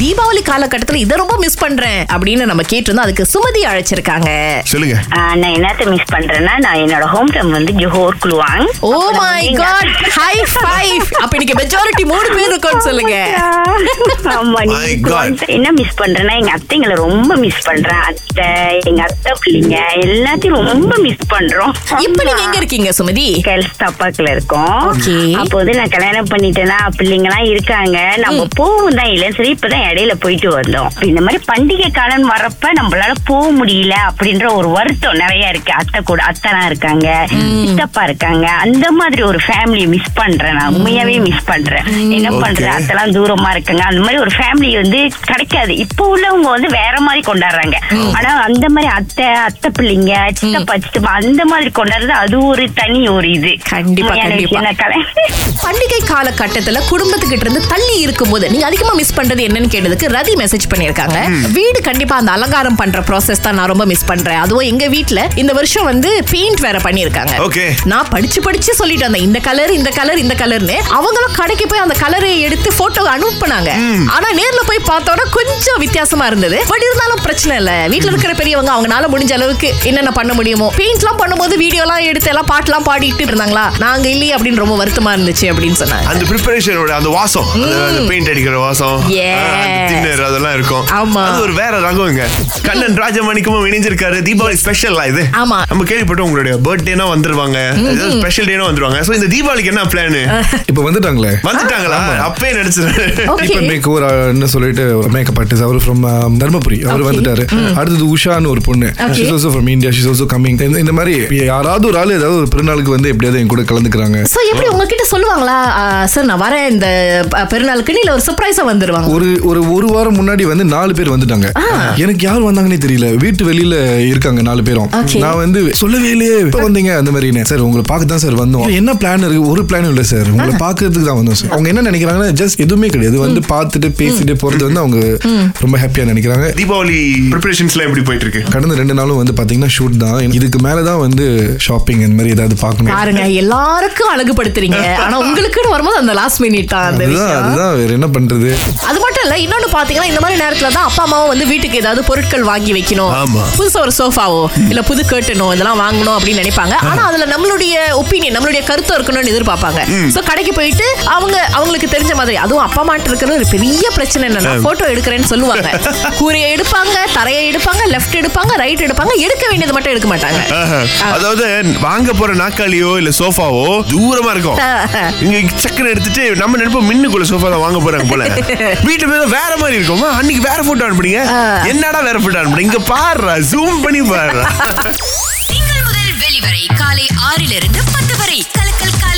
தீபாவளி காலகட்டத்துல இதை ரொம்ப மிஸ் பண்றேன் அப்படின்னு நம்ம கேட்டிருந்தோம் அதுக்கு சுமதி அழைச்சிருக்காங்க சொல்லுங்க ஆஹ் நான் என்னத்த மிஸ் பண்றேன்னா நான் என்னோட ஹோம் டவுன் வந்து Johor Kluang oh my God high five அப்ப இன்னைக்கு மெஜாரிட்டி மூணு பேர் இருக்கோம்னு சொல்லுங்க ஆமா நீ My இதுக்கு God. வந்து என்ன மிஸ் பண்றேன்னா எங்க அத்தைங்களை ரொம்ப மிஸ் பண்றேன் அத்தை எங்க அத்தை பிள்ளைங்க எல்லாத்தையும் ரொம்ப மிஸ் பண்றோம் இப்ப நீங்க எங்க இருக்கீங்க சுமதி கெல்ஸ்டாப்பாக்குல இருக்கோம் Okay. அப்போது நான் கல்யாணம் பண்ணிட்டேன்னா பிள்ளைங்க எல்லாம் இருக்காங்க நம்ம போகும் தான் இல்லை சரி இப்பதான் இடையில போயிட்டு வந்தோம் இப்ப இந்த மாதிரி பண்டிகை காலம் வரப்ப நம்மளால போக முடியல அப்படின்ற ஒரு வருத்தம் நிறைய இருக்கு அத்தை கூட அத்தனா இருக்காங்க சித்தப்பா இருக்காங்க அந்த மாதிரி ஒரு ஃபேமிலி மிஸ் பண்றேன் நான் உண்மையாவே மிஸ் பண்றேன் என்ன Okay. பண்றேன் அத்தெல்லாம் தூரமா இருக்காங்க அந்த மாதிரி ஒரு ஃபேமிலி வந்து கிடைக்காது இப்போ உள்ளவங்க வந்து வேற மாதிரி கொண்டாடுறாங்க ஆனா அந்த மாதிரி அத்தை அத்தை பிள்ளைங்க சித்தப்பா சித்தப்பா அந்த மாதிரி கொண்டாடுறது அது ஒரு தனி ஒரு இது கண்டிப்பா, உண்மையான கண்டிப்பா. விஷயம் நான் கலை- பண்டிகை காலகட்டத்துல குடும்பத்துக்கிட்ட இருந்து தள்ளி இருக்கும்போது நீங்க அதிகமா மிஸ் பண்றது என்னன்னு கேட்டதுக்கு ரதி மெசேஜ் பண்ணிருக்காங்க வீடு கண்டிப்பா அந்த அலங்காரம் பண்ற ப்ராசஸ் தான் நான் ரொம்ப மிஸ் பண்றேன் அதுவும் எங்க வீட்ல இந்த வருஷம் வந்து பெயிண்ட் வேற பண்ணிருக்காங்க Okay. நான் படிச்சு படிச்சு சொல்லிட்டு வந்தேன் இந்த கலர் இந்த கலர் இந்த கலர்னு அவங்களும் கடைக்கு போய் அந்த கலரை எடுத்து போட்டோ அனுப்புனாங்க ஆனா நேர்ல போய் பார்த்தோட கொஞ்சம் வித்தியாசமா இருந்தது பட் இருந்தாலும் பிரச்சனை இல்ல வீட்ல இருக்கிற பெரியவங்க அவங்கனால முடிஞ்ச அளவுக்கு என்னென்ன பண்ண முடியுமோ பெயிண்ட்லாம் பண்ணும்போது வீடியோலாம் எடுத்து எல்லாம் பாட்டுலாம் பாடிட்டு இருந்தாங்களா நாங்க இல்லையே அப்படின்னு ரொம்ப வருத்தமா இருந்துச்சு அப்படின்னு சொன்னாங்க அந்த ப்ரிப்பரேஷனோட அந்த வாசம் அந்த பெயிண்ட் அடிக்கிற வாசம் Yes. டின்னர் அதெல்லாம் இருக்கும் ஆமா. அது ஒரு வேற ரகம்ங்க கண்ணன் ராஜமாணிக்கமும் இணைஞ்சிருக்காரு தீபாவளி ஸ்பெஷல் இது ஆமா. நம்ம கேள்விப்பட்டோம் உங்களுடைய பர்த்டேனா வந்துருவாங்க ஏதாவது ஸ்பெஷல் டேனா வந்துருவாங்க சோ இந்த தீபாவளிக்கு என்ன பிளான் இப்ப வந்துட்டாங்களே வந்துட்டாங்களா அப்பவே நடிச்சிருக்காரு Okay. தீபன் மேக்கூர் அவர்னு uh, சொல்லிட்டு ஒரு மேக்கப் ஆர்டிஸ்ட் அவர் ஃப்ரம் uh, தர்மபுரி அவர் Okay. வந்துட்டாரு அடுத்தது உஷான்னு ஒரு பொண்ணு Okay. She's also from India she's also coming இந்த மாதிரி யாராவது ஒரு ஆள் ஏதாவது ஒரு பிறநாளுக்கு வந்து எப்படியாவது என் கூட கலந்துக்கிறாங்க சோ எப்படி உங்ககிட்ட சொல்லுவாங்களா சார் நான் வரேன் இந்த அஹ், பெருநாளுக்குன்னு இல்ல ஒரு சர்ப்ரைஸா வந்துருவாங்க ஒரு ஒரு ஒரு வாரம் முன்னாடி வந்து நாலு பேர் வந்துட்டாங்க எனக்கு யார் வந்தாங்கன்னே தெரியல வீட்டு வெளியில இருக்காங்க நாலு பேரும் Okay. நான் வந்து சொல்லவே இல்லையே இப்போ வந்தீங்க அந்த மாதிரி சார் உங்களை பார்க்க தான் சார் வந்தோம் இல்ல, என்ன பிளான் இருக்கு ஒரு பிளான் இல்ல சார் உங்களை பார்க்கிறதுக்கு தான் வந்தோம் சார் அவங்க என்ன நினைக்கிறாங்கன்னா ஜஸ்ட் எதுவுமே கிடையாது வந்து பார்த்துட்டு பேசிட்டு போறது வந்து அவங்க ரொம்ப ஹாப்பியா நினைக்கிறாங்க தீபாவளி ப்ரிப்பரேஷன்ஸ்லாம் எப்படி போயிட்டு இருக்கு கடந்த ரெண்டு நாளும் வந்து பாத்தீங்கன்னா ஷூட் தான் இதுக்கு மேல தான் வந்து ஷாப்பிங் இந்த மாதிரி ஏதாவது பார்க்கணும் பாருங்க எல்லாருக்கும் அழகுபடுத்துறீங்க ஆனா உங்களுக்குன்னு வரும்போது அந்த லாஸ்ட் மினிட் தான் அந்த அதுதான் விஷயம் அதுதான் வேற என்ன பண்றது அது மட்டும் இல்ல இன்னொன்னு பாத்தீங்கன்னா இந்த மாதிரி நேரத்துல தான் அப்பா அம்மாவும் வந்து வீட்டுக்கு ஏதாவது பொருட்கள் வாங்கி வைக்கணும் ஆமா. புதுசா ஒரு சோஃபாவோ இல்ல புது கர்ட்டனோ இதெல்லாம் வாங்கணும் அப்படின்னு நினைப்பாங்க ஆனா அதுல நம்மளுடைய ஒப்பீனியன் நம்மளுடைய கருத்து இருக்கணும்னு எதிர்பார்ப்பாங்க சோ கடைக்கு போயிட்டு அவங்க அவங்களுக்கு தெரிஞ்ச மாதிரி அதுவும் அப்பா மாட்டு இருக்கிற ஒரு பெரிய பிரச்சனை என்னன்னா போட்டோ எடுக்கிறேன்னு சொல்லுவாங்க கூரையை எடுப்பாங்க தரையை எடுப்பாங்க லெஃப்ட் எடுப்பாங்க ரைட் எடுப்பாங்க எடுக்க வேண்டியது மட்டும் எடுக்க மாட்டாங்க அதாவது வாங்க போற நாக்காளியோ இல்ல சோஃபாவோ தூரமா இருக்கும் இங்க சக்கரை எடுத்துட்டு நம்ம நினைப்போம் மின்னுக்குள்ள சோஃபா தான் வாங்க போறாங்க போல வீட்டு போய் தான் வேற மாதிரி இருக்குமா அன்னைக்கு வேற போட்டோ அனுப்புனீங்க என்னடா வேற போட்டோ அனுப்புனீங்க இங்க பாருடா ஜூம் பண்ணி பாருடா திங்கள் முதல் வெளிவரை காலை ஆறிலிருந்து பத்து வரை கலக்கல் காலை